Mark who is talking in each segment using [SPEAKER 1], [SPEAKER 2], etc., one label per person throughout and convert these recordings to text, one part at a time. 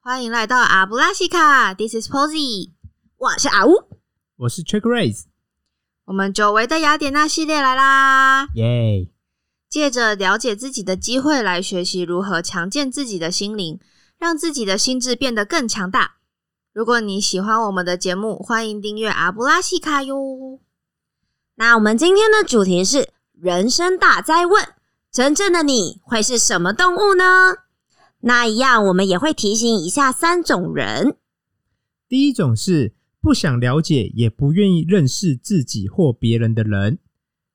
[SPEAKER 1] 欢迎来到阿布拉西卡，This is Posy，我是阿乌，
[SPEAKER 2] 我是 Check Raise，
[SPEAKER 1] 我们久违的雅典娜系列来啦！
[SPEAKER 2] 耶！
[SPEAKER 1] 借着了解自己的机会来学习如何强健自己的心灵，让自己的心智变得更强大。如果你喜欢我们的节目，欢迎订阅阿布拉西卡哟。
[SPEAKER 3] 那我们今天的主题是人生大灾问：真正的你会是什么动物呢？那一样，我们也会提醒以下三种人。
[SPEAKER 2] 第一种是不想了解也不愿意认识自己或别人的人；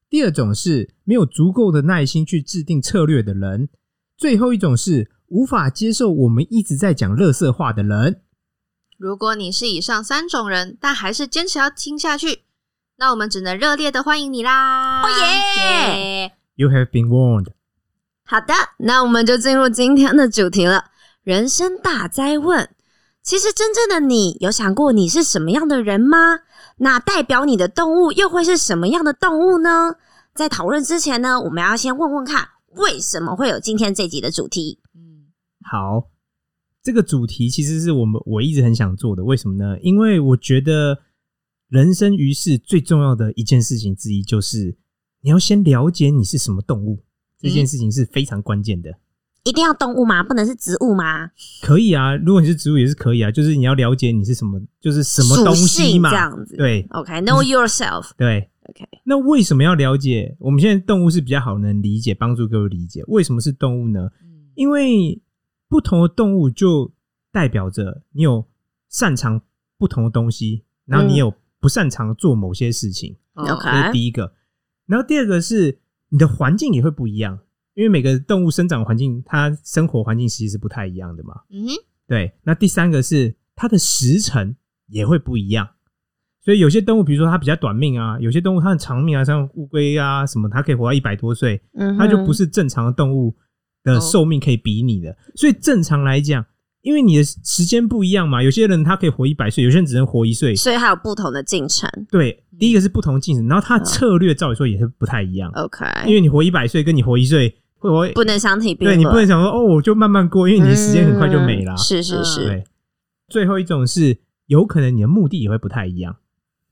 [SPEAKER 2] 第二种是没有足够的耐心去制定策略的人；最后一种是无法接受我们一直在讲垃圾话的人。
[SPEAKER 1] 如果你是以上三种人，但还是坚持要听下去，那我们只能热烈的欢迎你啦！
[SPEAKER 3] 哦耶！
[SPEAKER 2] You have been warned。
[SPEAKER 3] 好的，那我们就进入今天的主题了——人生大灾问。其实，真正的你有想过你是什么样的人吗？那代表你的动物又会是什么样的动物呢？在讨论之前呢，我们要先问问看，为什么会有今天这集的主题？
[SPEAKER 1] 嗯，
[SPEAKER 2] 好，这个主题其实是我们我一直很想做的，为什么呢？因为我觉得人生于世最重要的一件事情之一就是你要先了解你是什么动物，这
[SPEAKER 3] 嗯
[SPEAKER 2] 件事情是非常关键的。
[SPEAKER 3] 一定要动物吗？不能是植物吗？
[SPEAKER 2] 可以啊，如果你是植物也是可以啊，就是你要了解你是什么，就是什么东
[SPEAKER 3] 属
[SPEAKER 2] 西
[SPEAKER 3] 性
[SPEAKER 2] 嘛
[SPEAKER 3] 这。样子。
[SPEAKER 2] 对
[SPEAKER 3] ，OK，know、yourself。
[SPEAKER 2] 对，
[SPEAKER 3] OK，
[SPEAKER 2] 那为什么要了解？我们现在动物是比较好能理解，帮助各位理解为什么是动物呢？因为不同的动物就代表着你有擅长不同的东西，然后你有不擅长做某些事情，
[SPEAKER 3] OK
[SPEAKER 2] 这、是第一个。然后第二个是你的环境也会不一样，因为每个动物生长环境，它生活环境其实是不太一样的嘛。
[SPEAKER 1] 嗯哼，
[SPEAKER 2] 对，那第三个是它的时辰也会不一样，所以有些动物，比如说它比较短命啊，有些动物它很长命啊，像乌龟啊什么，它可以活到一百多岁，
[SPEAKER 3] 嗯哼，哦
[SPEAKER 2] 它就不是正常的动物的寿命可以比拟的。所以正常来讲，因为你的时间不一样嘛，有些人他可以活一百岁，有些人只能活一岁。
[SPEAKER 3] 所以还有不同的进程。
[SPEAKER 2] 对，
[SPEAKER 3] 嗯
[SPEAKER 2] 第一个是不同进程，然后它的策略照理说也是不太一样，
[SPEAKER 3] OK，
[SPEAKER 2] 因为你活一百岁跟你活一岁会活，
[SPEAKER 3] 哦不能相提并
[SPEAKER 2] 对
[SPEAKER 3] 论。
[SPEAKER 2] 你不能想说哦，我就慢慢过，因为你的时间很快就没了啊。
[SPEAKER 3] 嗯是是
[SPEAKER 1] 嗯
[SPEAKER 3] 是，
[SPEAKER 2] 对，最后一种是有可能你的目的也会不太一样。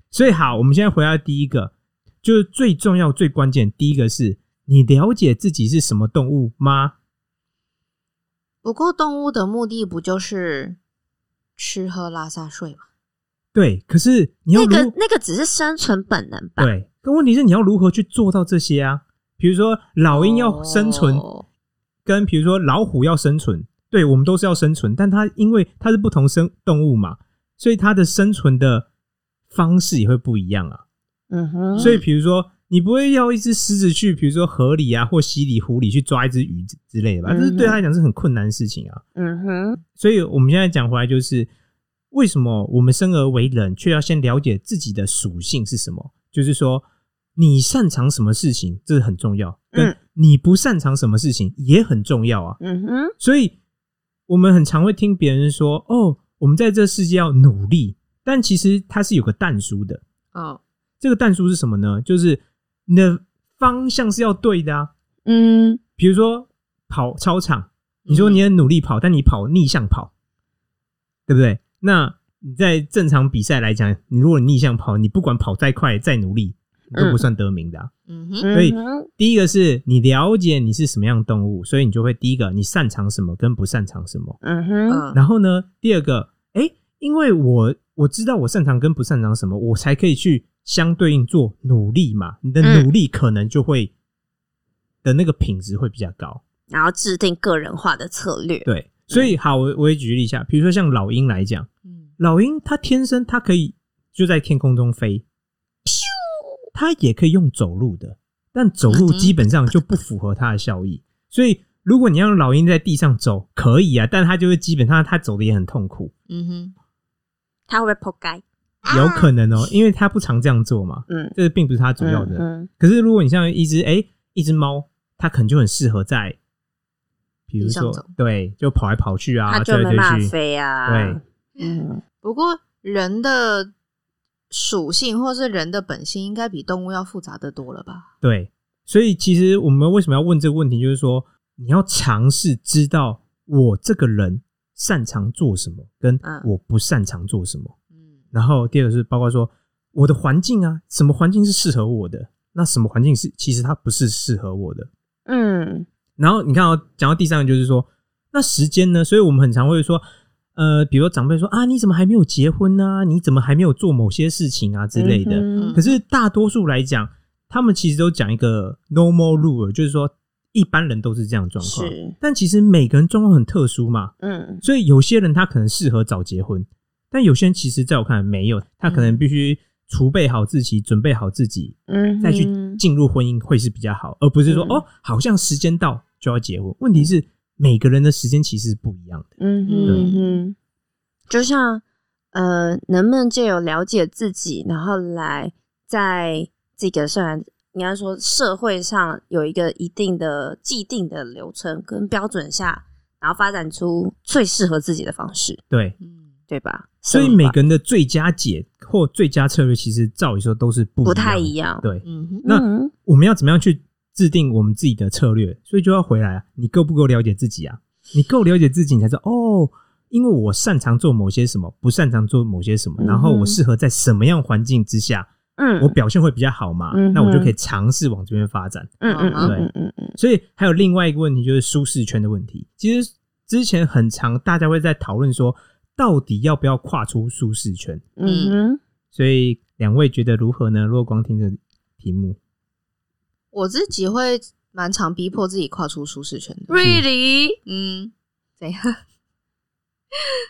[SPEAKER 2] 所以好，我们现在回到第一个，就是最重要、最关键。第一个是你了解自己是什么动物吗？
[SPEAKER 1] 不过动物的目的不就是吃喝拉撒睡吗？
[SPEAKER 2] 对，可是你要
[SPEAKER 3] 那
[SPEAKER 2] 如、
[SPEAKER 3] 个那个只是生存本能吧？
[SPEAKER 2] 对，可问题是你要如何去做到这些啊？比如说老鹰要生存，
[SPEAKER 1] 哦
[SPEAKER 2] 跟比如说老虎要生存，对我们都是要生存，但它因为它是不同生动物嘛，所以它的生存的方式也会不一样啊。
[SPEAKER 3] 嗯哼，
[SPEAKER 2] 所以，比如说，你不会要一只狮子去，比如说河里啊或溪里、湖里去抓一只鱼之之类的吧？
[SPEAKER 3] 嗯哼
[SPEAKER 2] 这是对他来讲是很困难的事情啊。
[SPEAKER 3] 嗯哼，
[SPEAKER 2] 所以，我们现在讲回来，就是为什么我们生而为人，却要先了解自己的属性是什么？就是说，你擅长什么事情，这是很重要；跟
[SPEAKER 3] 嗯
[SPEAKER 2] 你不擅长什么事情也很重要啊。
[SPEAKER 3] 嗯哼，
[SPEAKER 2] 所以我们很常会听别人说：“哦，我们在这世界要努力。”但其实它是有个淡书的。
[SPEAKER 1] 哦，
[SPEAKER 2] 这个淡书是什么呢？就是你的方向是要对的啊。
[SPEAKER 3] 嗯，
[SPEAKER 2] 比如说跑操场，你说
[SPEAKER 1] 嗯
[SPEAKER 2] 你很努力跑，但你跑逆向跑，对不对？那你在正常比赛来讲，你如果逆向跑，你不管跑再快再努力，你都不算得名的啊、
[SPEAKER 1] 嗯哼，
[SPEAKER 3] 嗯
[SPEAKER 2] 所以
[SPEAKER 3] 哼
[SPEAKER 2] 第一个是你了解你是什么样的动物，所以你就会第一个你擅长什么跟不擅长什么。
[SPEAKER 3] 嗯哼，
[SPEAKER 1] 嗯，
[SPEAKER 2] 然后呢，第二个，诶，因为我我知道我擅长跟不擅长什么，我才可以去相对应做努力嘛。你的
[SPEAKER 3] 嗯
[SPEAKER 2] 努力可能就会、的那个品质会比较高。
[SPEAKER 3] 然后制定个人化的策略。
[SPEAKER 2] 对，所以好，我我也举例一下，比如说像老鹰来讲，
[SPEAKER 1] 嗯
[SPEAKER 2] 老鹰它天生它可以就在天空中飞，它也可以用走路的，但走路基本上就不符合它的效益。所以如果你让老鹰在地上走，可以啊，但它就会基本上它走的也很痛苦。
[SPEAKER 1] 嗯哼，
[SPEAKER 3] 他会不会破盖？
[SPEAKER 2] 有可能哦、因为它不常这样做嘛，
[SPEAKER 3] 嗯，
[SPEAKER 2] 这并不是它主要的。
[SPEAKER 3] 嗯
[SPEAKER 2] 可是如果你像一只诶，一只猫，它可能就很适合在，比如
[SPEAKER 1] 地上
[SPEAKER 2] 说
[SPEAKER 1] 走
[SPEAKER 2] 对，就跑来跑去啊，
[SPEAKER 3] 他就
[SPEAKER 2] 追来
[SPEAKER 3] 没办
[SPEAKER 2] 追
[SPEAKER 3] 法
[SPEAKER 2] 去，
[SPEAKER 3] 飞啊。
[SPEAKER 2] 对，
[SPEAKER 3] 嗯，
[SPEAKER 1] 不过人的属性或是人的本性，应该比动物要复杂的多了吧？
[SPEAKER 2] 对。所以其实我们为什么要问这个问题，就是说你要尝试知道我这个人擅长做什么，跟
[SPEAKER 1] 嗯
[SPEAKER 2] 我不擅长做什么。
[SPEAKER 1] 嗯
[SPEAKER 2] 然后第二个是包括说我的环境啊，什么环境是适合我的，那什么环境是其实它不是适合我的。
[SPEAKER 3] 嗯
[SPEAKER 2] 然后你看哦，讲到第三个就是说，那时间呢？所以我们很常会说，呃，比如说长辈说啊，你怎么还没有结婚啊？你怎么还没有做某些事情啊之类的？
[SPEAKER 3] 嗯
[SPEAKER 2] 可是大多数来讲，他们其实都讲一个 normal rule，就是说一般人都是这样的状况。
[SPEAKER 3] 是
[SPEAKER 2] 但其实每个人状况很特殊嘛，
[SPEAKER 3] 嗯
[SPEAKER 2] 所以有些人他可能适合早结婚，但有些人其实在我看来没有，他可能必须储备好自己，准备好自己，
[SPEAKER 3] 嗯
[SPEAKER 2] 再去
[SPEAKER 3] 哼
[SPEAKER 2] 进入婚姻会是比较好，而不是说、
[SPEAKER 3] 嗯
[SPEAKER 2] 哦，好像时间到就要结婚。问题是每个人的时间其实是不一样的。
[SPEAKER 3] 嗯哼
[SPEAKER 1] 对
[SPEAKER 3] 嗯哼，就像呃，能不能借由了解自己，然后来在这个虽然应该说社会上有一个一定的既定的流程跟标准下，然后发展出最适合自己的方式，
[SPEAKER 2] 对，
[SPEAKER 1] 嗯
[SPEAKER 3] 对吧？
[SPEAKER 2] 所以
[SPEAKER 3] 是吧
[SPEAKER 2] 每个人的最佳解或最佳策略，其实照理说都是不
[SPEAKER 3] 不
[SPEAKER 2] 不
[SPEAKER 3] 太一。样。
[SPEAKER 2] 对，
[SPEAKER 1] 嗯哼
[SPEAKER 2] 那
[SPEAKER 3] 嗯
[SPEAKER 2] 我们要怎么样去制定我们自己的策略？所以就要回来啊，你够不够了解自己啊？你够了解自己，你才知道哦，因为我擅长做某些什么，不擅长做某些什么，
[SPEAKER 3] 嗯哼
[SPEAKER 2] 然后我适合在什么样环境之下，
[SPEAKER 3] 嗯
[SPEAKER 2] 我表现会比较好嘛？
[SPEAKER 3] 嗯哼
[SPEAKER 2] 那我就可以尝试往这边发展。
[SPEAKER 3] 嗯嗯
[SPEAKER 1] 啊
[SPEAKER 3] 嗯
[SPEAKER 2] 对
[SPEAKER 3] 嗯嗯嗯
[SPEAKER 2] 所以还有另外一个问题就是舒适圈的问题。其实之前很长，大家会在讨论说，到底要不要跨出舒适圈？
[SPEAKER 3] 嗯哼
[SPEAKER 2] 所以两位觉得如何呢？如果光听这题目，
[SPEAKER 1] 我自己会蛮常逼迫自己跨出舒适圈的。
[SPEAKER 3] ，really
[SPEAKER 1] 嗯，怎样？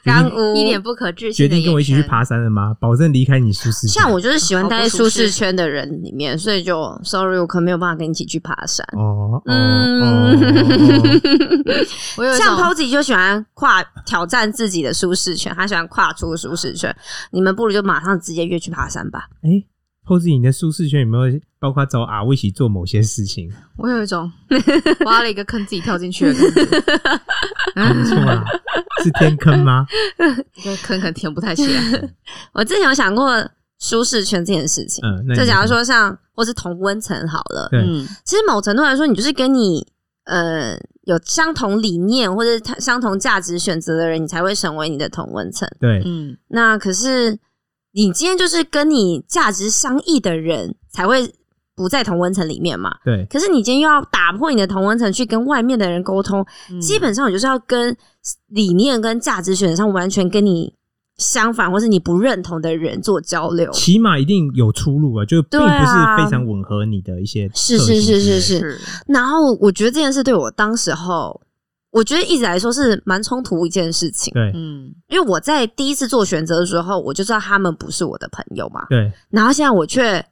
[SPEAKER 3] 干
[SPEAKER 2] 决定
[SPEAKER 3] 无
[SPEAKER 1] 一脸不可置信
[SPEAKER 2] 决
[SPEAKER 1] 的眼神。
[SPEAKER 2] 定跟我一起去爬山了吗？保证离开你舒适圈。
[SPEAKER 3] 像我就是喜欢
[SPEAKER 1] 好不
[SPEAKER 3] 待在
[SPEAKER 1] 舒
[SPEAKER 3] 舒适
[SPEAKER 1] 适
[SPEAKER 3] 圈的人里面，所以就 sorry，我可能没有办法跟你一起去爬山。
[SPEAKER 2] 哦哦哦，哦
[SPEAKER 3] 嗯，
[SPEAKER 1] 我有一
[SPEAKER 3] 像
[SPEAKER 1] 种
[SPEAKER 3] Posy 就喜欢跨挑战自己的舒适圈，他喜欢跨出舒适圈。你们不如就马上直接约去爬山吧。
[SPEAKER 2] 哎、p o s y 你的舒适圈有没有包括找阿威一起做某些事情？
[SPEAKER 3] 啊
[SPEAKER 1] 我有一种挖了一个坑自己跳进去的感 觉，
[SPEAKER 2] 没错啊，是天坑 吗？
[SPEAKER 1] 这个坑可能填不太起来。
[SPEAKER 3] 我之前有想过舒适圈这件事情，
[SPEAKER 2] 嗯，那你
[SPEAKER 3] 就假如说像或是同温层好了，
[SPEAKER 2] 对
[SPEAKER 1] 嗯
[SPEAKER 3] 其实某程度来说，你就是跟你呃有相同理念或者他相同价值选择的人，你才会成为你的同温层。
[SPEAKER 2] 对，
[SPEAKER 1] 嗯
[SPEAKER 3] 那可是你今天就是跟你价值相异的人才会不在同温层里面嘛。
[SPEAKER 2] 对
[SPEAKER 3] 可是你今天又要打破你的同温层，去跟外面的人沟通，
[SPEAKER 1] 嗯
[SPEAKER 3] 基本上你就是要跟理念跟价值选择上完全跟你相反，或是你不认同的人做交流。
[SPEAKER 2] 起码一定有出路啊，就并
[SPEAKER 3] 对
[SPEAKER 2] 不是
[SPEAKER 3] 啊
[SPEAKER 2] 非常吻合你的一些特
[SPEAKER 3] 是
[SPEAKER 2] 性
[SPEAKER 3] 是是是
[SPEAKER 2] 之类的，
[SPEAKER 3] 是。然后我觉得这件事对我当时候，我觉得一直来说是蛮冲突一件事情，
[SPEAKER 2] 对
[SPEAKER 1] 嗯
[SPEAKER 3] 因为我在第一次做选择的时候，我就知道他们不是我的朋友嘛。
[SPEAKER 2] 对
[SPEAKER 3] 然后现在我却，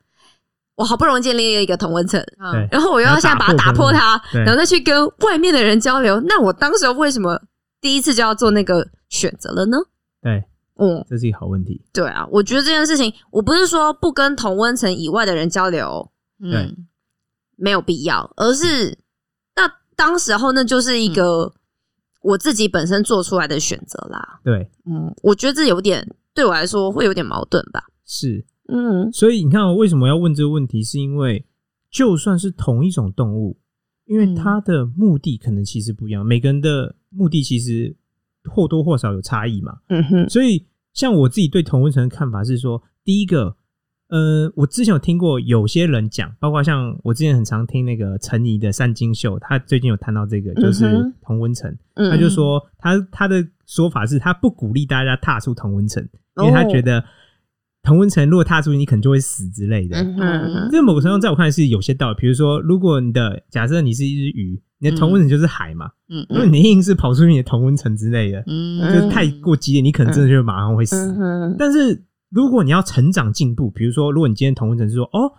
[SPEAKER 3] 我好不容易建立了一个同温层，
[SPEAKER 1] 嗯
[SPEAKER 3] 然后我又要现在把它打破它，
[SPEAKER 2] 对
[SPEAKER 3] 然后再去跟外面的人交流。那我当时候为什么第一次就要做那个选择了呢？
[SPEAKER 2] 对，
[SPEAKER 3] 嗯，
[SPEAKER 2] 这是一个好问题。
[SPEAKER 3] 对啊，我觉得这件事情，我不是说不跟同温层以外的人交流
[SPEAKER 2] 对
[SPEAKER 1] 嗯
[SPEAKER 3] 没有必要，而是那当时候那就是一个我自己本身做出来的选择啦。
[SPEAKER 2] 对，
[SPEAKER 3] 嗯，我觉得这有点对我来说会有点矛盾吧。
[SPEAKER 2] 是，
[SPEAKER 3] 嗯
[SPEAKER 2] 所以你看、哦，为什么要问这个问题？是因为就算是同一种动物，因为
[SPEAKER 1] 嗯
[SPEAKER 2] 它的目的可能其实不一样，每个人的目的其实或多或少有差异嘛。
[SPEAKER 3] 嗯哼，
[SPEAKER 2] 所以，像我自己对同温层的看法是说，第一个，呃，我之前有听过有些人讲，包括像我之前很常听那个陈怡的《三金秀》，他最近有谈到这个，就
[SPEAKER 3] 嗯
[SPEAKER 2] 是
[SPEAKER 3] 哼
[SPEAKER 2] 同温层。
[SPEAKER 3] 嗯
[SPEAKER 2] 他就说他他的说法是他不鼓励大家踏出同温层，因
[SPEAKER 3] 哦
[SPEAKER 2] 为他觉得同温层如果踏出去，你可能就会死之类的。
[SPEAKER 3] 嗯哼，
[SPEAKER 2] 这某个程度在我看来是有些道理，比如说，如果你的假设你是一只鱼，你的同温层就是海嘛，
[SPEAKER 1] 嗯
[SPEAKER 2] 如果你硬是跑出去你的同温层之类的，
[SPEAKER 1] 嗯
[SPEAKER 2] 就是太过激烈，你可能真的就马上会死。
[SPEAKER 3] 嗯哼，
[SPEAKER 2] 但是如果你要成长进步，比如说，如果你今天同温层是说，哦，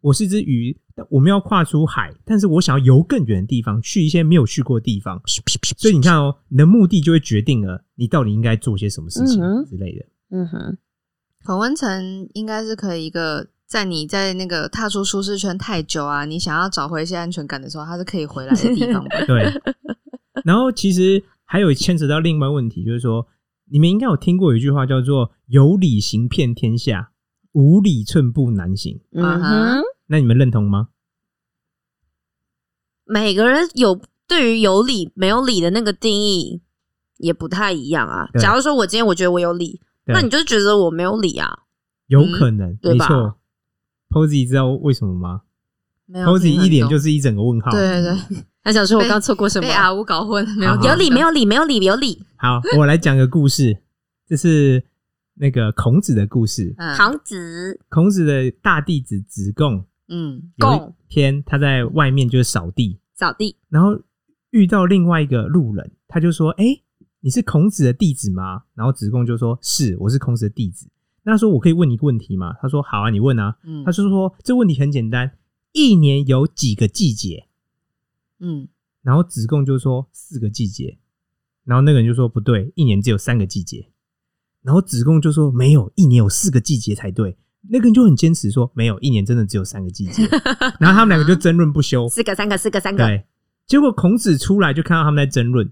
[SPEAKER 2] 我是只鱼，但我们要跨出海，但是我想要游更远的地方，去一些没有去过的地方，所以你看哦，你的目的就会决定了你到底应该做些什么事情
[SPEAKER 3] 嗯哼
[SPEAKER 2] 之类的。
[SPEAKER 3] 嗯哼，
[SPEAKER 1] 同温层应该是可以一个。在你在那个踏出舒适圈太久啊，你想要找回一些安全感的时候，它是可以回来的地方吧？
[SPEAKER 2] 对，然后其实还有牵扯到另外问题，就是说，你们应该有听过有一句话叫做“有理行遍天下，无理寸步难行
[SPEAKER 3] 嗯
[SPEAKER 1] 啊
[SPEAKER 3] 哼，”，
[SPEAKER 2] 那你们认同吗？
[SPEAKER 3] 每个人有对于有理没有理的那个定义也不太一样啊。
[SPEAKER 2] 对
[SPEAKER 3] 假如说我今天我觉得我有理，
[SPEAKER 2] 对
[SPEAKER 3] 那你就觉得我没有理啊？
[SPEAKER 2] 有可能，
[SPEAKER 3] 对
[SPEAKER 2] 没
[SPEAKER 3] 吧
[SPEAKER 2] 错。Posy 知道为什么吗
[SPEAKER 3] 没有
[SPEAKER 2] ？Posy 一脸
[SPEAKER 3] 是
[SPEAKER 2] 就是一整个问号。
[SPEAKER 3] 啊对对对，他想说我刚错过什么啊
[SPEAKER 1] 被？阿乌搞混，没有
[SPEAKER 2] 好
[SPEAKER 3] 有理没
[SPEAKER 1] 有？
[SPEAKER 3] 有理没有理有理，
[SPEAKER 2] 好，我来讲个故事，这是那个孔子的故事。
[SPEAKER 1] 嗯
[SPEAKER 3] 行子
[SPEAKER 2] 孔子的大弟子子贡
[SPEAKER 1] 嗯，
[SPEAKER 2] 有一
[SPEAKER 3] 贡
[SPEAKER 2] 天他在外面就是扫地，
[SPEAKER 3] 扫地，
[SPEAKER 2] 然后遇到另外一个路人，他就说：“哎、你是孔子的弟子吗？”然后子贡就说：“是，我是孔子的弟子。”那他说：“我可以问你一个问题吗？”他说：“好啊，你问啊。”
[SPEAKER 1] 嗯
[SPEAKER 2] 他就说：“这问题很简单，一年有几个季节？”
[SPEAKER 1] 嗯，
[SPEAKER 2] 然后子贡就说四个季节，然后那个人就说不对，一年只有三个季节。然后子贡就说没有，一年有四个季节才对。那个人就很坚持说没有，一年真的只有三个季 节。然后他们两个就争论不休。
[SPEAKER 3] 四个三个四个三个，
[SPEAKER 2] 对，结果孔子出来就看到他们在争论，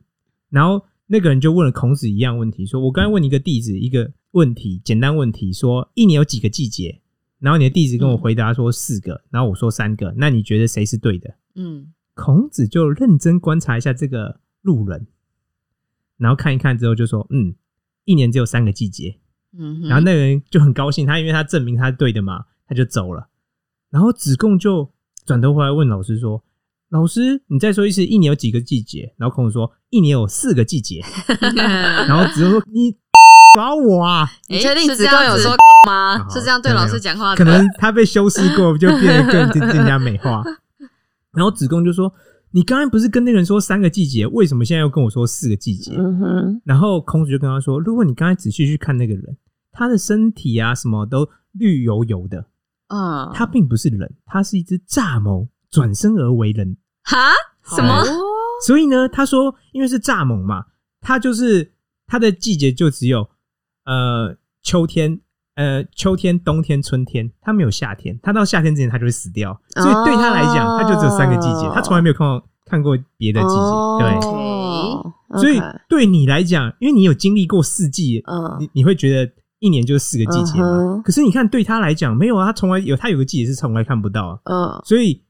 [SPEAKER 2] 然后那个人就问了孔子一样问题，说我刚才问你一个弟子一个问题，简单问题，说一年有几个季节？然后你的弟子跟
[SPEAKER 3] 嗯
[SPEAKER 2] 我回答说四个，然后我说三个，那你觉得谁是对的？
[SPEAKER 1] 嗯，
[SPEAKER 2] 孔子就认真观察一下这个路人，然后看一看之后就说：“嗯，一年只有三个季节。”
[SPEAKER 1] 嗯哼，
[SPEAKER 2] 然后那个人就很高兴，他因为他证明他是对的嘛，他就走了。然后子贡就转头回来问老师说：“老师，你再说一次，一年有几个季节？”然后孔子说：“一年有四个季节。”然后子贡说：“你耍 我啊！”
[SPEAKER 3] 你
[SPEAKER 1] 诶
[SPEAKER 3] 确定
[SPEAKER 1] 是这
[SPEAKER 3] 子
[SPEAKER 1] 样
[SPEAKER 3] 贡有
[SPEAKER 1] 子
[SPEAKER 3] 说吗？
[SPEAKER 2] 好
[SPEAKER 1] 是这样对
[SPEAKER 2] 没有
[SPEAKER 1] 老师讲话的，
[SPEAKER 2] 可能他被修饰过，就变得更更更加美 化。然后子贡就说：“你刚才不是跟那个人说三个季节，为什么现在又跟我说四个季节？”
[SPEAKER 3] 嗯哼，
[SPEAKER 2] 然后孔子就跟他说：“如果你刚才仔细去看那个人，他的身体啊什么都绿油油的，
[SPEAKER 1] 嗯，
[SPEAKER 2] 他并不是人，他是一只蚱蜢转身而为人。
[SPEAKER 3] 哈什么？
[SPEAKER 2] 所以呢，他说，因为是蚱蜢嘛，它就是它的季节就只有呃秋天。”呃，秋天、冬天、春天，它没有夏天，它到夏天之前它就会死掉，所以对他来讲，它就只有三个季节，
[SPEAKER 3] 哦
[SPEAKER 2] 他从来没有看过看过别的季节，对，
[SPEAKER 3] 对
[SPEAKER 2] 所以对你来讲，因为你有经历过四季，
[SPEAKER 3] 嗯
[SPEAKER 2] 你你会觉得一年就是四个季节嘛。
[SPEAKER 3] 嗯哼
[SPEAKER 2] 可是你看，对他来讲没有啊，他从来有他有个季节是从来看不到啊。
[SPEAKER 3] 嗯，
[SPEAKER 2] 所以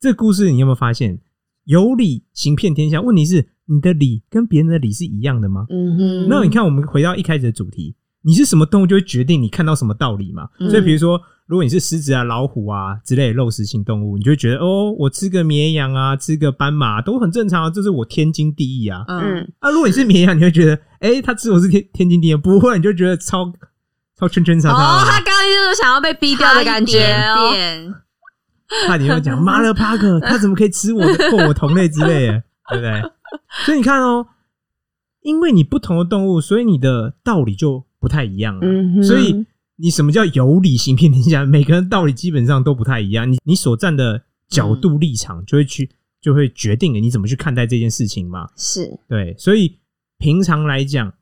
[SPEAKER 2] 这故事你有没有发现，有理行遍天下？问题是你的理跟别人的理是一样的吗？
[SPEAKER 3] 嗯哼，
[SPEAKER 2] 那你看，我们回到一开始的主题，你是什么动物就会决定你看到什么道理嘛。
[SPEAKER 1] 嗯
[SPEAKER 2] 所以比如说，如果你是狮子啊、老虎啊之类的肉食性动物，你就会觉得哦，我吃个绵羊啊，吃个斑马、都很正常啊，这是我天经地义啊。
[SPEAKER 1] 嗯，
[SPEAKER 3] 嗯，
[SPEAKER 2] 啊，如果你是绵羊，你会觉得，哎、他吃我是天天经地义，啊不会，你就觉得超超圈圈叉叉
[SPEAKER 3] 哦，他
[SPEAKER 2] 啊，
[SPEAKER 3] 刚刚就是想要被逼掉的感觉
[SPEAKER 1] 差一
[SPEAKER 3] 哦，
[SPEAKER 1] 点点
[SPEAKER 2] 差点要讲妈了帕 克，他怎么可以吃我的哦或我同类之类的，对不对？所以你看哦，因为你不同的动物，所以你的道理就不太一样了。啊
[SPEAKER 3] 嗯哼
[SPEAKER 2] 所以你什么叫有理行遍天下？每个人道理基本上都不太一样，你你所站的角
[SPEAKER 3] 嗯
[SPEAKER 2] 度立场就会去就会决定了你怎么去看待这件事情嘛。
[SPEAKER 3] 是
[SPEAKER 2] 对，所以平常来讲，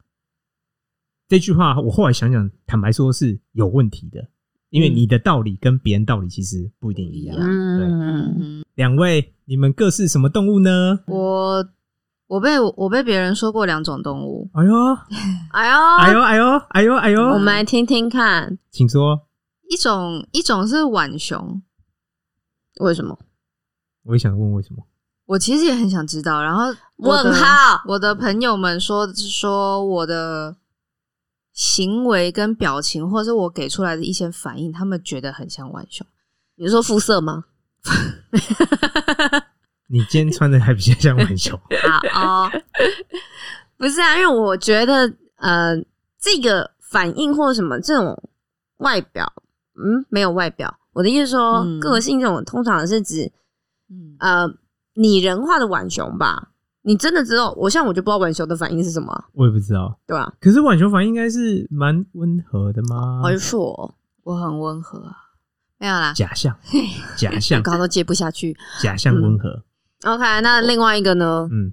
[SPEAKER 2] 这句话我后来想想，坦白说是有问题的，因为你的道理跟别人道理其实不一定一样。
[SPEAKER 3] 嗯
[SPEAKER 2] 两位，你们各是什么动物呢？
[SPEAKER 1] 我我被我被别人说过两种动物，
[SPEAKER 2] 哎呦，
[SPEAKER 3] 哎呦
[SPEAKER 2] 哎呦，哎呦，哎呦，哎呦，
[SPEAKER 3] 我们来听听看
[SPEAKER 2] 请说。
[SPEAKER 1] 一种一种是浣熊，
[SPEAKER 3] 为什么？
[SPEAKER 2] 我也想问为什么？
[SPEAKER 1] 我其实也很想知道。然后我的
[SPEAKER 3] 问号
[SPEAKER 1] 我的朋友们说说我的行为跟表情，或者是我给出来的一些反应，他们觉得很像浣熊。
[SPEAKER 3] 你说肤色 吗？
[SPEAKER 2] 你今天穿的还比较像浣熊，
[SPEAKER 3] 好哦，不是啊，因为我觉得呃，这个反应或什么这种外表，嗯，没有外表。我的意思说，
[SPEAKER 1] 嗯
[SPEAKER 3] 个性这种通常是指
[SPEAKER 1] 嗯，
[SPEAKER 3] 呃拟人化的浣熊吧。你真的知道，我像我就不知道浣熊的反应是什么啊，
[SPEAKER 2] 我也不知道。
[SPEAKER 3] 对吧、
[SPEAKER 2] 可是浣熊反应应该是蛮温和的吗？
[SPEAKER 3] 我就说，
[SPEAKER 1] 我很温和啊，没有啦，
[SPEAKER 2] 假象，假
[SPEAKER 1] 我
[SPEAKER 2] 象，
[SPEAKER 1] 刚刚都接不下去。
[SPEAKER 2] 假象温和。
[SPEAKER 3] OK，那另外一个呢？
[SPEAKER 2] 嗯，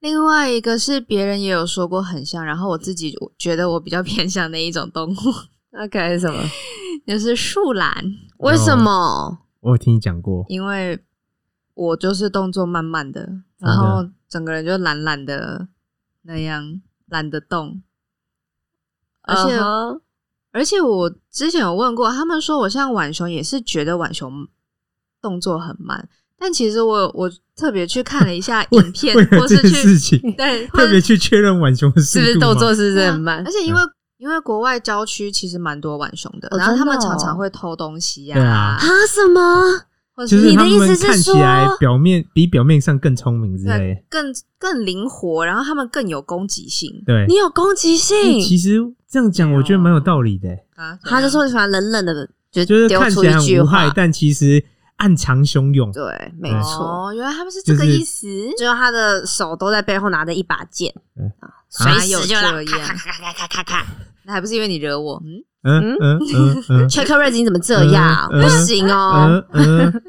[SPEAKER 1] 另外一个是别人也有说过很像，然后我自己觉得我比较偏向那一种动物，
[SPEAKER 3] OK，是什么？哦啊
[SPEAKER 1] 就是树懒，
[SPEAKER 3] 为什么？
[SPEAKER 2] 我有听你讲过。
[SPEAKER 1] 因为我就是动作慢慢的，
[SPEAKER 2] 的
[SPEAKER 1] 然后整个人就懒懒的那样，懒得动。而且
[SPEAKER 3] 嗯哼
[SPEAKER 1] 而且我之前有问过，他们说我像浣熊，也是觉得浣熊动作很慢，但其实我我特别去看了一下
[SPEAKER 2] 为
[SPEAKER 1] 影片
[SPEAKER 2] 为，了
[SPEAKER 1] 或
[SPEAKER 2] 这
[SPEAKER 1] 是
[SPEAKER 2] 件事
[SPEAKER 1] 去
[SPEAKER 2] 情，
[SPEAKER 1] 对，或
[SPEAKER 2] 特
[SPEAKER 1] 是
[SPEAKER 2] 别嗯去确认浣熊的
[SPEAKER 3] 是不
[SPEAKER 2] 速
[SPEAKER 3] 是
[SPEAKER 2] 度吗
[SPEAKER 3] 动作是不
[SPEAKER 1] 对
[SPEAKER 3] 是
[SPEAKER 1] 啊
[SPEAKER 3] 很慢
[SPEAKER 1] 而？且因为因为国外郊区其实蛮多浣熊的，
[SPEAKER 3] 哦
[SPEAKER 1] 然后
[SPEAKER 3] 真
[SPEAKER 1] 他们
[SPEAKER 3] 的
[SPEAKER 1] 常
[SPEAKER 3] 哦
[SPEAKER 1] 常会偷东西呀、
[SPEAKER 2] 对啊
[SPEAKER 3] 啊？什么？
[SPEAKER 1] 或
[SPEAKER 2] 就是是
[SPEAKER 3] 你的
[SPEAKER 2] 他
[SPEAKER 3] 意思
[SPEAKER 2] 们
[SPEAKER 3] 是
[SPEAKER 2] 看起来
[SPEAKER 3] 说
[SPEAKER 2] 表面比表面上更聪明之类的。
[SPEAKER 1] 更更灵活，然后他们更有攻击性
[SPEAKER 2] 对
[SPEAKER 3] 你，有攻击性？
[SPEAKER 2] 其实这样讲，我觉得蛮有道理的、
[SPEAKER 1] 啊。
[SPEAKER 3] 他就说喜欢冷冷的，就
[SPEAKER 2] 就是
[SPEAKER 3] 丢
[SPEAKER 2] 看
[SPEAKER 3] 出
[SPEAKER 2] 起来
[SPEAKER 3] 一句
[SPEAKER 2] 很无害
[SPEAKER 3] 话，。
[SPEAKER 2] 但其实暗藏汹涌。
[SPEAKER 3] 对，没
[SPEAKER 1] 怎样
[SPEAKER 3] 错，
[SPEAKER 1] 哦，原来他们是这个
[SPEAKER 2] 就是
[SPEAKER 1] 意思。
[SPEAKER 3] 最后他的手都在背后拿着一把剑
[SPEAKER 2] 对，
[SPEAKER 3] 啊，
[SPEAKER 1] 哪
[SPEAKER 3] 随
[SPEAKER 1] 有
[SPEAKER 3] 时
[SPEAKER 1] 这
[SPEAKER 3] 就
[SPEAKER 1] 样
[SPEAKER 3] 来咔咔咔咔咔咔咔。
[SPEAKER 1] 那还不是因为你惹我？嗯，
[SPEAKER 2] 嗯嗯嗯 嗯
[SPEAKER 3] c h e c k r a t 你怎么这样？
[SPEAKER 2] 嗯嗯
[SPEAKER 3] 不行哦，
[SPEAKER 2] 嗯嗯，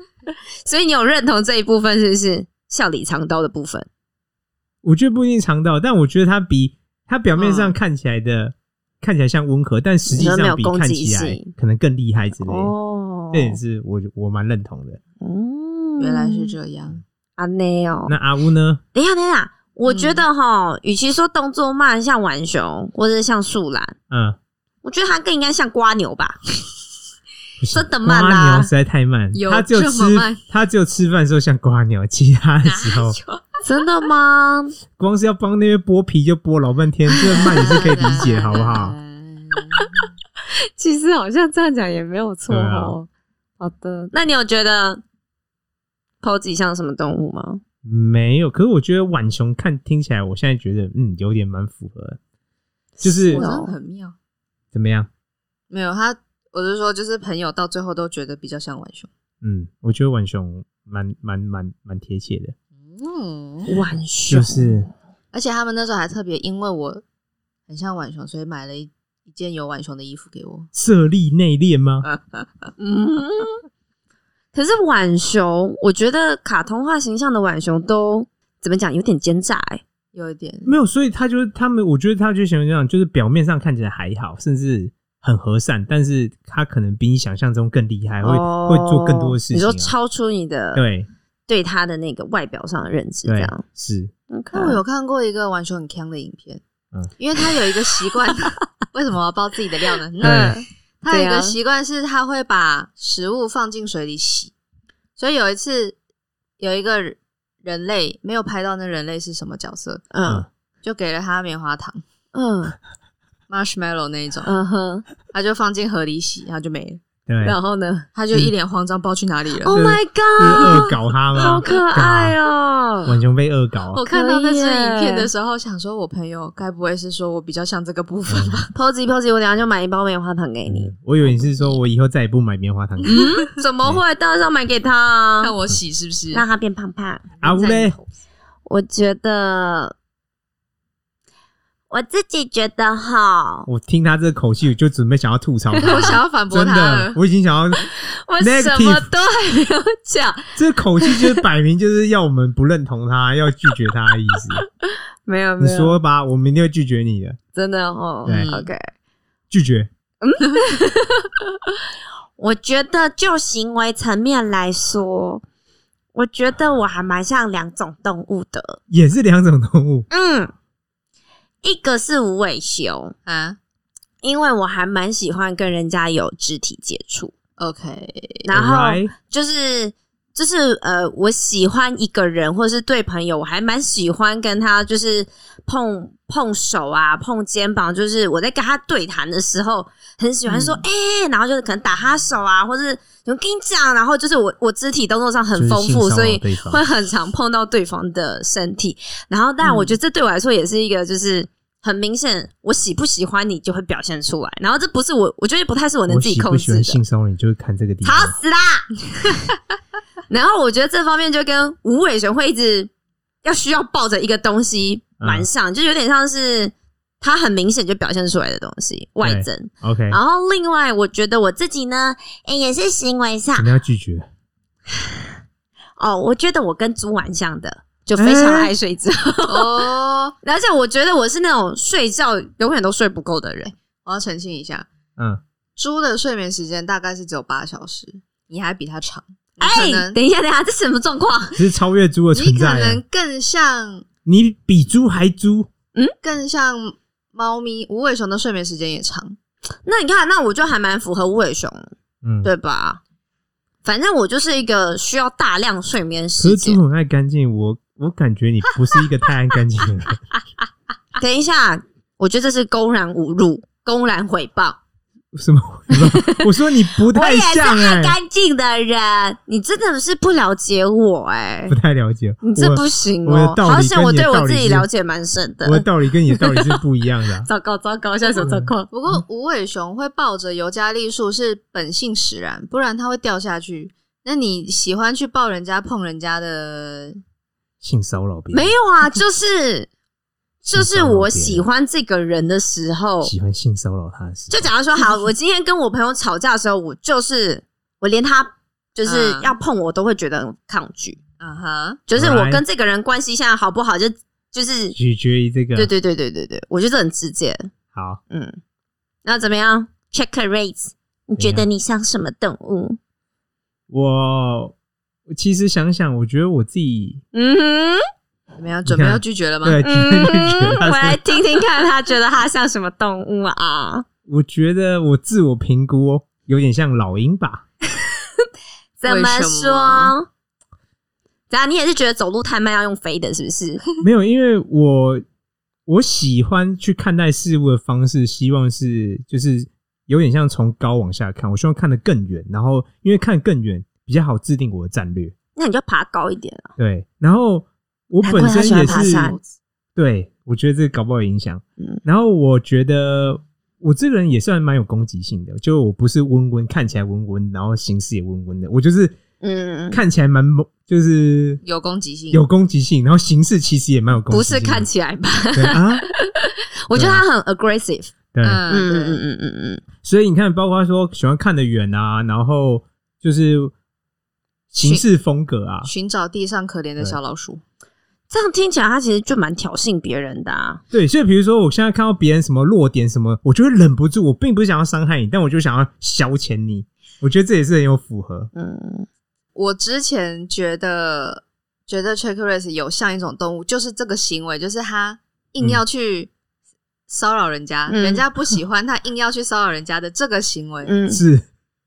[SPEAKER 3] 所以你有认同这一部分是不是？笑里藏刀的部分，
[SPEAKER 2] 我觉得不一定尝到，但我觉得它比它表面上看起来的看起来像温和，但实际
[SPEAKER 3] 嗯你说没有
[SPEAKER 2] 上比
[SPEAKER 3] 攻击
[SPEAKER 2] 看起来
[SPEAKER 3] 性
[SPEAKER 2] 可能更厉害之类的。
[SPEAKER 3] 哦
[SPEAKER 2] 这也是我我蛮认同的。
[SPEAKER 3] 嗯
[SPEAKER 1] 原来是这 样。
[SPEAKER 3] 啊，那哦，
[SPEAKER 2] 那阿乌呢？
[SPEAKER 3] 等一下，等一下，我觉得哈，与其说动作慢像浣熊或者像树懒，
[SPEAKER 2] 嗯，
[SPEAKER 3] 我觉得它更应该像瓜牛吧。
[SPEAKER 2] 不行
[SPEAKER 3] 真的慢啊
[SPEAKER 2] 瓜牛实在太慢
[SPEAKER 1] 有，
[SPEAKER 2] 它只有
[SPEAKER 1] 这么
[SPEAKER 2] 吃
[SPEAKER 1] 慢
[SPEAKER 2] 它只有吃饭的时候像瓜牛，其他的时候
[SPEAKER 3] 真的吗？
[SPEAKER 2] 光是要帮那边剥皮就剥老半 天，这慢也是可以理解，好 不好？
[SPEAKER 3] 其实好像这样讲也没有错
[SPEAKER 2] 啊
[SPEAKER 3] 哦。好的，那你有觉得 Posy 像什么动物吗？
[SPEAKER 2] 没有，可是我觉得浣熊看听起来，我现在觉得嗯，有点蛮符合的，就是
[SPEAKER 1] 我真
[SPEAKER 3] 是啊
[SPEAKER 1] 的很妙。
[SPEAKER 2] 怎么样？
[SPEAKER 1] 没有他，我是说，就是朋友到最后都觉得比较像浣熊。
[SPEAKER 2] 嗯，我觉得浣熊蛮蛮蛮蛮贴切的，
[SPEAKER 1] 嗯，
[SPEAKER 3] 浣熊
[SPEAKER 2] 就是
[SPEAKER 1] 而且他们那时候还特别因为我很像浣熊，所以买了一一件有浣熊的衣服给我。
[SPEAKER 2] 色厉内敛
[SPEAKER 3] 呃
[SPEAKER 2] 吗？
[SPEAKER 3] 嗯。可是浣熊，我觉得卡通化形象的浣熊都怎么讲，有点奸诈哎、
[SPEAKER 1] 有一点，
[SPEAKER 2] 没有，所以他就是他们，我觉得他就喜欢这样，就是表面上看起来还好，甚至很和善，但是他可能比你想象中更厉害，会、
[SPEAKER 3] 哦
[SPEAKER 2] 会做更多的事情、
[SPEAKER 3] 你
[SPEAKER 2] 啊。
[SPEAKER 3] 说超出你的
[SPEAKER 2] 对
[SPEAKER 3] 对它的那个外表上的认知，这
[SPEAKER 2] 对
[SPEAKER 3] 样。
[SPEAKER 2] 是，
[SPEAKER 3] OK
[SPEAKER 1] 那我有看过一个浣熊很强的影片，
[SPEAKER 2] 嗯
[SPEAKER 1] 因为他有一个习 惯，为什么我要爆自己的料呢？
[SPEAKER 2] 对
[SPEAKER 1] 嗯，他有一
[SPEAKER 3] 怎
[SPEAKER 1] 个
[SPEAKER 3] 样
[SPEAKER 1] 习惯是他会把食物放进水里洗，所以有一次有一个人类没有拍到那人类是什么角色，
[SPEAKER 3] 嗯
[SPEAKER 1] 就给了他棉花糖
[SPEAKER 3] 嗯
[SPEAKER 1] marshmallow 那一种，
[SPEAKER 3] 嗯哼，
[SPEAKER 1] 他就放进河里洗，然后就没了，
[SPEAKER 2] 对，
[SPEAKER 3] 然后呢
[SPEAKER 1] 他
[SPEAKER 2] 嗯
[SPEAKER 1] 就一脸慌张，不知道去哪里了。
[SPEAKER 3] ？Oh my
[SPEAKER 2] 就是恶
[SPEAKER 3] god，
[SPEAKER 2] 搞他嘛，
[SPEAKER 3] 好可爱
[SPEAKER 2] 对啊！
[SPEAKER 3] 哦、
[SPEAKER 2] 浣熊被恶搞
[SPEAKER 1] 我
[SPEAKER 2] 啊，
[SPEAKER 1] 看到那支
[SPEAKER 3] 可以耶
[SPEAKER 1] 影片的时候，想说我朋友该不会是说我比较像这个部分吧？
[SPEAKER 3] Posy Posy，我等一下就买一包棉花糖给你。嗯
[SPEAKER 2] 嗯我以为你是说我以后再也不买棉花糖。嗯
[SPEAKER 3] 怎么会？当然是要买给他啊
[SPEAKER 1] 看我洗是不是？
[SPEAKER 3] 让他变胖胖。
[SPEAKER 2] 阿乌嘞，
[SPEAKER 3] 我觉得，我自己觉得哈，
[SPEAKER 2] 我听他这口气，我就准备想要吐槽他，
[SPEAKER 1] 我想要反驳
[SPEAKER 2] 真
[SPEAKER 1] 他了
[SPEAKER 2] 的，。我已经想要，
[SPEAKER 3] 我
[SPEAKER 2] Negative
[SPEAKER 3] 什么都还没有讲，
[SPEAKER 2] 这口气就是摆明就是要我们不认同他，要拒绝他的意思。
[SPEAKER 3] 没有
[SPEAKER 2] 你
[SPEAKER 3] 没有，
[SPEAKER 2] 说吧，我明天会拒绝你的，
[SPEAKER 3] 真的哦
[SPEAKER 2] 对。
[SPEAKER 3] OK，
[SPEAKER 2] 拒绝。
[SPEAKER 3] 我觉得就行为层面来说，我觉得我还蛮像两种动物的。
[SPEAKER 2] 也是两种动物。
[SPEAKER 3] 嗯，一个是无尾熊，
[SPEAKER 1] 啊
[SPEAKER 3] 因为我还蛮喜欢跟人家有肢体接触，
[SPEAKER 1] ，OK，
[SPEAKER 3] 然后
[SPEAKER 2] Alright，
[SPEAKER 3] 就是就是呃，我喜欢一个人，或是对朋友，我还蛮喜欢跟他就是碰碰手啊，碰肩膀。就是我在跟他对谈的时候，很喜欢说哎、
[SPEAKER 2] 嗯
[SPEAKER 3] 欸然后就是可能打他手啊，或是我跟你讲，然后就是我我肢体动作上很丰富，
[SPEAKER 2] 就是性骚扰
[SPEAKER 3] 所以
[SPEAKER 2] 对方
[SPEAKER 3] 会很常碰到对方的身体。然后，但我
[SPEAKER 2] 嗯
[SPEAKER 3] 觉得这对我来说也是一个就是。很明显，我喜不喜欢你就会表现出来，然后这不是我，我觉得不太是我能
[SPEAKER 2] 我
[SPEAKER 3] 自己
[SPEAKER 2] 喜
[SPEAKER 3] 控
[SPEAKER 2] 不
[SPEAKER 3] 制
[SPEAKER 2] 喜
[SPEAKER 3] 的。
[SPEAKER 2] 欢性骚扰，你就是看这个地方
[SPEAKER 3] 吵。死啦！ 然后我觉得这方面就跟无尾熊会一直要需要抱着一个东西蛮像，就有点像是它很明显就表现出来的东西外增。
[SPEAKER 2] OK，
[SPEAKER 3] 然后另外，我觉得我自己呢，诶也是行为上
[SPEAKER 2] 怎么样拒绝？
[SPEAKER 3] 哦，我觉得我跟猪蛮像的，就非常爱睡觉，
[SPEAKER 1] 哦，
[SPEAKER 3] 而且我觉得我是那种睡觉永远都睡不够的人。
[SPEAKER 1] 我要澄清一下，
[SPEAKER 2] 嗯，
[SPEAKER 1] 猪的睡眠时间大概是只有八小时，你还比它长，你
[SPEAKER 3] 哎、
[SPEAKER 1] 可能
[SPEAKER 3] 等一下，等一下，这什么状况？
[SPEAKER 2] 只是超越猪的存
[SPEAKER 1] 你可
[SPEAKER 2] 在
[SPEAKER 1] 能
[SPEAKER 2] 啊。
[SPEAKER 1] 更像
[SPEAKER 2] 你比猪还猪，
[SPEAKER 1] 更像猫咪，无尾熊的睡眠时间也长，
[SPEAKER 3] 那你看，那我就还蛮符合无尾熊，
[SPEAKER 2] 嗯，
[SPEAKER 3] 对吧？反正我就是一个需要大量睡眠
[SPEAKER 2] 可
[SPEAKER 3] 时
[SPEAKER 2] 是
[SPEAKER 3] 间
[SPEAKER 2] 猪。很爱干净，我我感觉你不是一个太爱干净 的人。
[SPEAKER 3] 等一下，我觉得这是公然侮辱、公然诽谤。
[SPEAKER 2] 什么？我说你不
[SPEAKER 3] 我
[SPEAKER 2] 太
[SPEAKER 3] 也是
[SPEAKER 2] 像哎、
[SPEAKER 3] 爱干净的人，你真的是不了解我哎、
[SPEAKER 2] 不太了解。
[SPEAKER 3] 你这
[SPEAKER 2] 我
[SPEAKER 3] 不行
[SPEAKER 2] 我
[SPEAKER 3] 哦
[SPEAKER 2] 的、道理
[SPEAKER 3] 好险，
[SPEAKER 2] 跟
[SPEAKER 3] 我
[SPEAKER 2] 你的
[SPEAKER 3] 对我
[SPEAKER 2] 道理
[SPEAKER 3] 自己
[SPEAKER 2] 是
[SPEAKER 3] 了解蛮深的
[SPEAKER 2] 我。的道理跟你的道理是不一样的啊、
[SPEAKER 3] 糟糕糟糕，现在什么状况？
[SPEAKER 1] 不
[SPEAKER 2] 嗯
[SPEAKER 1] 过无尾熊会抱着尤加利树是本性使然，不然它会掉下去。那你喜欢去抱人家、碰人家的，
[SPEAKER 2] 性骚扰别人，
[SPEAKER 3] 没有 啊，就是就
[SPEAKER 2] 你
[SPEAKER 3] 是
[SPEAKER 2] 骚扰
[SPEAKER 3] 我
[SPEAKER 2] 别人
[SPEAKER 3] 喜欢这个人的时候，
[SPEAKER 2] 喜欢性骚扰他的事。
[SPEAKER 3] 就假如说，好，我今天跟我朋友吵架的时候，我就是我连他就是
[SPEAKER 1] 嗯
[SPEAKER 3] 要碰我都会觉得很抗拒，
[SPEAKER 1] 啊哈，
[SPEAKER 3] 就是我
[SPEAKER 2] Alright
[SPEAKER 3] 跟这个人关系现在好不好，就就是
[SPEAKER 2] 取决于这个。
[SPEAKER 3] 对对对对对对，我觉得很直接。
[SPEAKER 2] 好，
[SPEAKER 3] 嗯，那怎么样？Check rates，你觉得你像什么动物？
[SPEAKER 2] 我我其实想想，我觉得我自己
[SPEAKER 3] 嗯哼，
[SPEAKER 1] 怎么样？准备
[SPEAKER 2] 看
[SPEAKER 1] 要拒绝了吗？
[SPEAKER 2] 对， 觉
[SPEAKER 3] 嗯
[SPEAKER 2] 得
[SPEAKER 3] 我
[SPEAKER 2] 他
[SPEAKER 3] 来
[SPEAKER 2] 是，
[SPEAKER 3] 听听看，他觉得他像什么动物啊？
[SPEAKER 2] 我觉得我自我评估哦有点像老鹰吧。
[SPEAKER 3] 怎么
[SPEAKER 1] 为什么
[SPEAKER 3] 说？怎样？你也是觉得走路太慢要用飞的，是不是？
[SPEAKER 2] 没有，因为我我喜欢去看待事物的方式，希望是就是有点像从高往下看，我希望看得更远，然后因为看更远比较好制定我的战略。
[SPEAKER 3] 那你就爬高一点啊。
[SPEAKER 2] 对，然后我
[SPEAKER 3] 难
[SPEAKER 2] 本
[SPEAKER 3] 怪他喜
[SPEAKER 2] 身
[SPEAKER 3] 欢
[SPEAKER 2] 也
[SPEAKER 3] 爬
[SPEAKER 2] 是
[SPEAKER 3] 山
[SPEAKER 2] 对，我觉得这搞不好有影响。
[SPEAKER 3] 嗯
[SPEAKER 2] 然后我觉得我这个人也算蛮有攻击性的，就我不是温温，看起来温温，然后行事也温温的，我就是
[SPEAKER 3] 嗯，
[SPEAKER 2] 看起来蛮猛，就是
[SPEAKER 1] 有攻击性，
[SPEAKER 2] 有攻击性，然后行事其实也蛮有攻
[SPEAKER 3] 不
[SPEAKER 2] 击性
[SPEAKER 3] 是
[SPEAKER 2] 的。
[SPEAKER 3] 看起来吧？
[SPEAKER 2] 对 啊，
[SPEAKER 3] 我觉得他很 aggressive。
[SPEAKER 2] 对，
[SPEAKER 1] 嗯
[SPEAKER 3] 嗯嗯
[SPEAKER 1] 嗯嗯，
[SPEAKER 3] 嗯嗯嗯，
[SPEAKER 2] 所以你看，包括说喜欢看得远啊，然后就是行事风格啊，
[SPEAKER 1] 寻找地上可怜的小老鼠。
[SPEAKER 3] 这样听起来他其实就蛮挑衅别人的啊。
[SPEAKER 2] 对，所以比如说，我现在看到别人什么弱点什么，我就会忍不住，我并不是想要伤害你，但我就想要消遣你。我觉得这也是很有符合，
[SPEAKER 3] 嗯，
[SPEAKER 1] 我之前觉得觉得 c h e c k r a c e 有像一种动物，就是这个行为，就是他硬要去骚扰人家，
[SPEAKER 3] 嗯
[SPEAKER 1] 人家不 喜欢他硬要去骚扰人家的这个行为，
[SPEAKER 3] 嗯，
[SPEAKER 2] 是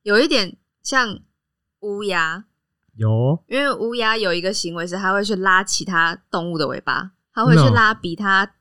[SPEAKER 1] 有一点像乌鸦，
[SPEAKER 2] 有哦
[SPEAKER 1] 因为乌鸦有一个行为是它会去拉其他动物的尾巴，它会去
[SPEAKER 2] No
[SPEAKER 1] 拉比它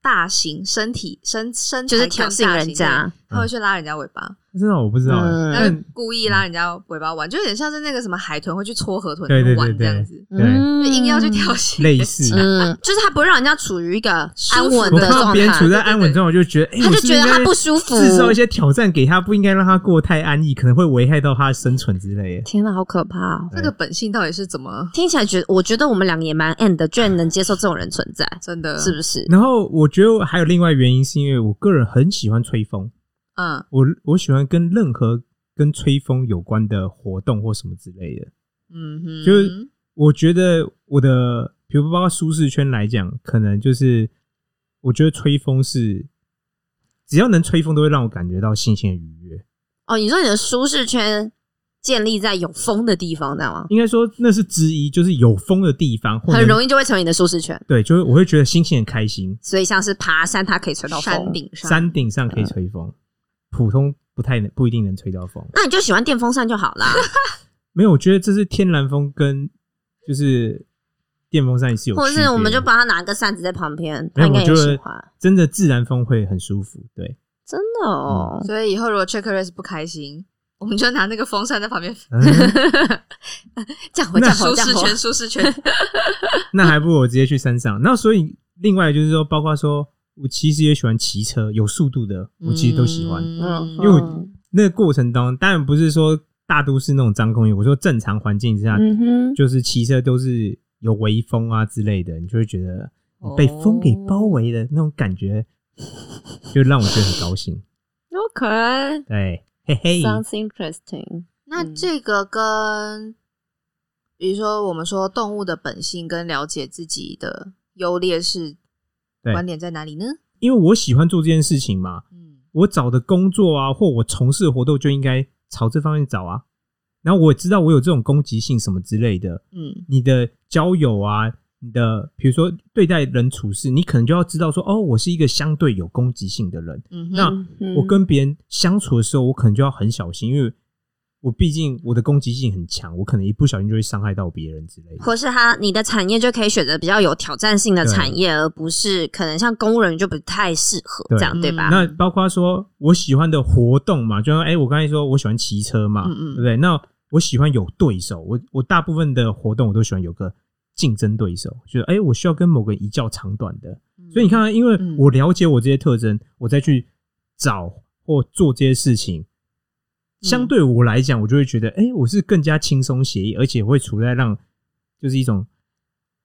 [SPEAKER 1] 大型身体身身材
[SPEAKER 3] 就是
[SPEAKER 1] 更
[SPEAKER 3] 挑
[SPEAKER 1] 大
[SPEAKER 3] 衅人
[SPEAKER 1] 型的
[SPEAKER 3] 家，
[SPEAKER 1] 它会去拉人家尾巴，
[SPEAKER 2] 真的我不知道、欸，
[SPEAKER 3] 嗯
[SPEAKER 1] 它
[SPEAKER 2] 但
[SPEAKER 1] 会故意拉人家尾巴玩，就有点像是那个什么海豚会去搓河豚
[SPEAKER 2] 对对对
[SPEAKER 1] 玩这
[SPEAKER 2] 对
[SPEAKER 1] 样子，
[SPEAKER 2] 对
[SPEAKER 1] 就硬要去挑衅人
[SPEAKER 2] 类
[SPEAKER 1] 家
[SPEAKER 2] 似。
[SPEAKER 3] 嗯，就是他不会让人家处于一个安稳
[SPEAKER 2] 我
[SPEAKER 3] 的
[SPEAKER 2] 看到
[SPEAKER 3] 状
[SPEAKER 2] 别人处
[SPEAKER 3] 态，
[SPEAKER 2] 在安稳状态，我就觉得，哎、
[SPEAKER 3] 他
[SPEAKER 2] 我
[SPEAKER 3] 就是觉得
[SPEAKER 2] 应
[SPEAKER 3] 他
[SPEAKER 2] 该
[SPEAKER 3] 不舒服。
[SPEAKER 2] 制造一些挑战给他，不应该让他过得太安逸，可能会危害到他的生存之类的。
[SPEAKER 3] 天哪，好可怕哦！
[SPEAKER 1] 这个本性到底是怎么
[SPEAKER 3] 听起来觉得，我觉得我们两个也蛮 end 的，居然能接受这种人存在，
[SPEAKER 1] 真
[SPEAKER 2] 嗯
[SPEAKER 1] 的？
[SPEAKER 3] 是不是？
[SPEAKER 2] 然后我觉得还有另外原因，是因为我个人很喜欢吹风，
[SPEAKER 1] 嗯，
[SPEAKER 2] 我我喜欢跟任何跟吹风有关的活动或什么之类的。
[SPEAKER 1] 嗯哼，
[SPEAKER 2] 就是我觉得我的，比如包括舒适圈来讲，可能就是我觉得吹风是，只要能吹风，都会让我感觉到新鲜愉悦。
[SPEAKER 3] 哦，你说你的舒适圈建立在有风的地方，知道吗？
[SPEAKER 2] 应该说那是之一，就是有风的地方，或者
[SPEAKER 3] 很容易就会成为你的舒适圈。
[SPEAKER 2] 对，就是我会觉得心情很开心。
[SPEAKER 3] 所以像是爬山，它可以吹到风
[SPEAKER 1] 山。顶上，
[SPEAKER 2] 山顶上可以吹
[SPEAKER 3] 嗯
[SPEAKER 2] 风，普通不太能不一定能吹到风。
[SPEAKER 3] 那你就喜欢电风扇就好啦，
[SPEAKER 2] 没有，我觉得这是天然风跟就是电风扇也是有区
[SPEAKER 3] 或
[SPEAKER 2] 别
[SPEAKER 3] 者
[SPEAKER 2] 的，
[SPEAKER 3] 是我们就帮他拿个扇子在旁边，
[SPEAKER 2] 没
[SPEAKER 3] 他
[SPEAKER 2] 有，
[SPEAKER 3] 应
[SPEAKER 2] 我
[SPEAKER 3] 该
[SPEAKER 2] 觉
[SPEAKER 3] 也喜
[SPEAKER 2] 得
[SPEAKER 3] 欢。
[SPEAKER 2] 真的自然风会很舒服。 对，
[SPEAKER 3] 真的哦，
[SPEAKER 1] 所以以后如果 c h e c k r a c e 不开 心，我们就拿那个风扇在旁 边
[SPEAKER 2] 嗯
[SPEAKER 3] 这样回
[SPEAKER 2] 那
[SPEAKER 3] 家
[SPEAKER 1] 舒
[SPEAKER 3] 回家
[SPEAKER 1] 适
[SPEAKER 3] 回
[SPEAKER 1] 圈，。舒适圈，
[SPEAKER 2] 那还不如我直接去山上。那所以另外就是说，包括说我其实也喜欢骑车，有速度的我其实都喜欢。
[SPEAKER 1] 嗯
[SPEAKER 2] 因为我那个过程当中，当然不是说大都市那种张公园，我说正常环境之下，
[SPEAKER 3] 嗯哼，
[SPEAKER 2] 就是骑车都是有微风啊之类的，你就会觉得你被风给包围的那种感觉，就让我觉得很高兴。
[SPEAKER 3] OK，sounds
[SPEAKER 2] 对，嘿嘿，
[SPEAKER 3] interesting。
[SPEAKER 1] 那
[SPEAKER 3] 嗯
[SPEAKER 1] 这个跟，比如说我们说动物的本性跟了解自己的优劣势，
[SPEAKER 2] 对
[SPEAKER 1] 观点在哪里呢？
[SPEAKER 2] 因为我喜欢做这件事情嘛，
[SPEAKER 1] 嗯，
[SPEAKER 2] 我找的工作啊，或我从事的活动就应该朝这方面找啊。然后我也知道我有这种攻击性什么之类的，
[SPEAKER 1] 嗯，
[SPEAKER 2] 你的交友啊，你的比如说对待人处事，你可能就要知道说，哦，我是一个相对有攻击性的人。
[SPEAKER 1] 嗯哼，
[SPEAKER 2] 那
[SPEAKER 3] 嗯哼
[SPEAKER 2] 我跟别人相处的时候，我可能就要很小心，因为我毕竟我的攻击性很强，我可能一不小心就会伤害到别人之类的。
[SPEAKER 3] 或是他你的产业就可以选择比较有挑战性的产业，而不是可能像公务人员就不太适合
[SPEAKER 2] 对嗯
[SPEAKER 3] 这样，对吧？
[SPEAKER 2] 那包括说我喜欢的活动嘛，就像哎、我刚才说我喜欢骑车嘛，
[SPEAKER 3] 嗯嗯
[SPEAKER 2] 对不对？那我喜欢有对手，我我大部分的活动我都喜欢有个竞争对手，就是哎、我需要跟某个人一较长短的。所以你看啊，因为
[SPEAKER 3] 嗯
[SPEAKER 2] 我了解我这些特征，我再去找或做这些事
[SPEAKER 3] 嗯
[SPEAKER 2] 情，相对我来讲，我就会觉得，哎、我是更加轻松写意，而且会处在让就是一种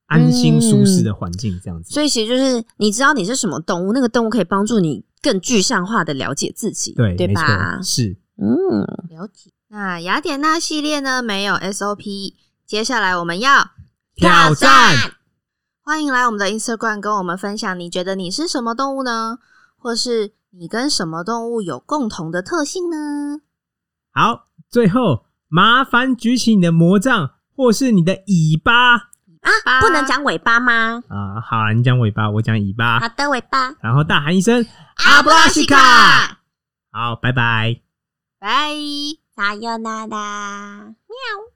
[SPEAKER 2] 安心舒适的环境这样子。
[SPEAKER 3] 所以其实就是你知道你是什么动物，那个动物可以帮助你更具象化的了解自己，
[SPEAKER 2] 对，没
[SPEAKER 3] 吧
[SPEAKER 2] 错，？是
[SPEAKER 3] 嗯，
[SPEAKER 1] 了解。那雅典娜系列呢没有 SOP，接下来我们要
[SPEAKER 2] 挑战。
[SPEAKER 1] 欢迎来我们的 Instagram 跟我们分享，你觉得你是什么动物呢？或是你跟什么动物有共同的特性呢？
[SPEAKER 2] 好，最后麻烦举起你的魔杖或是你的尾巴
[SPEAKER 1] 巴
[SPEAKER 3] 啊，不能讲尾巴吗？
[SPEAKER 2] 啊！好啊，你讲尾巴，我讲尾巴，
[SPEAKER 3] 好的，尾巴。
[SPEAKER 2] 然后大喊一声
[SPEAKER 1] 啊阿布拉西卡，
[SPEAKER 2] 好，拜拜。
[SPEAKER 1] 拜。
[SPEAKER 3] 撒由那拉，喵。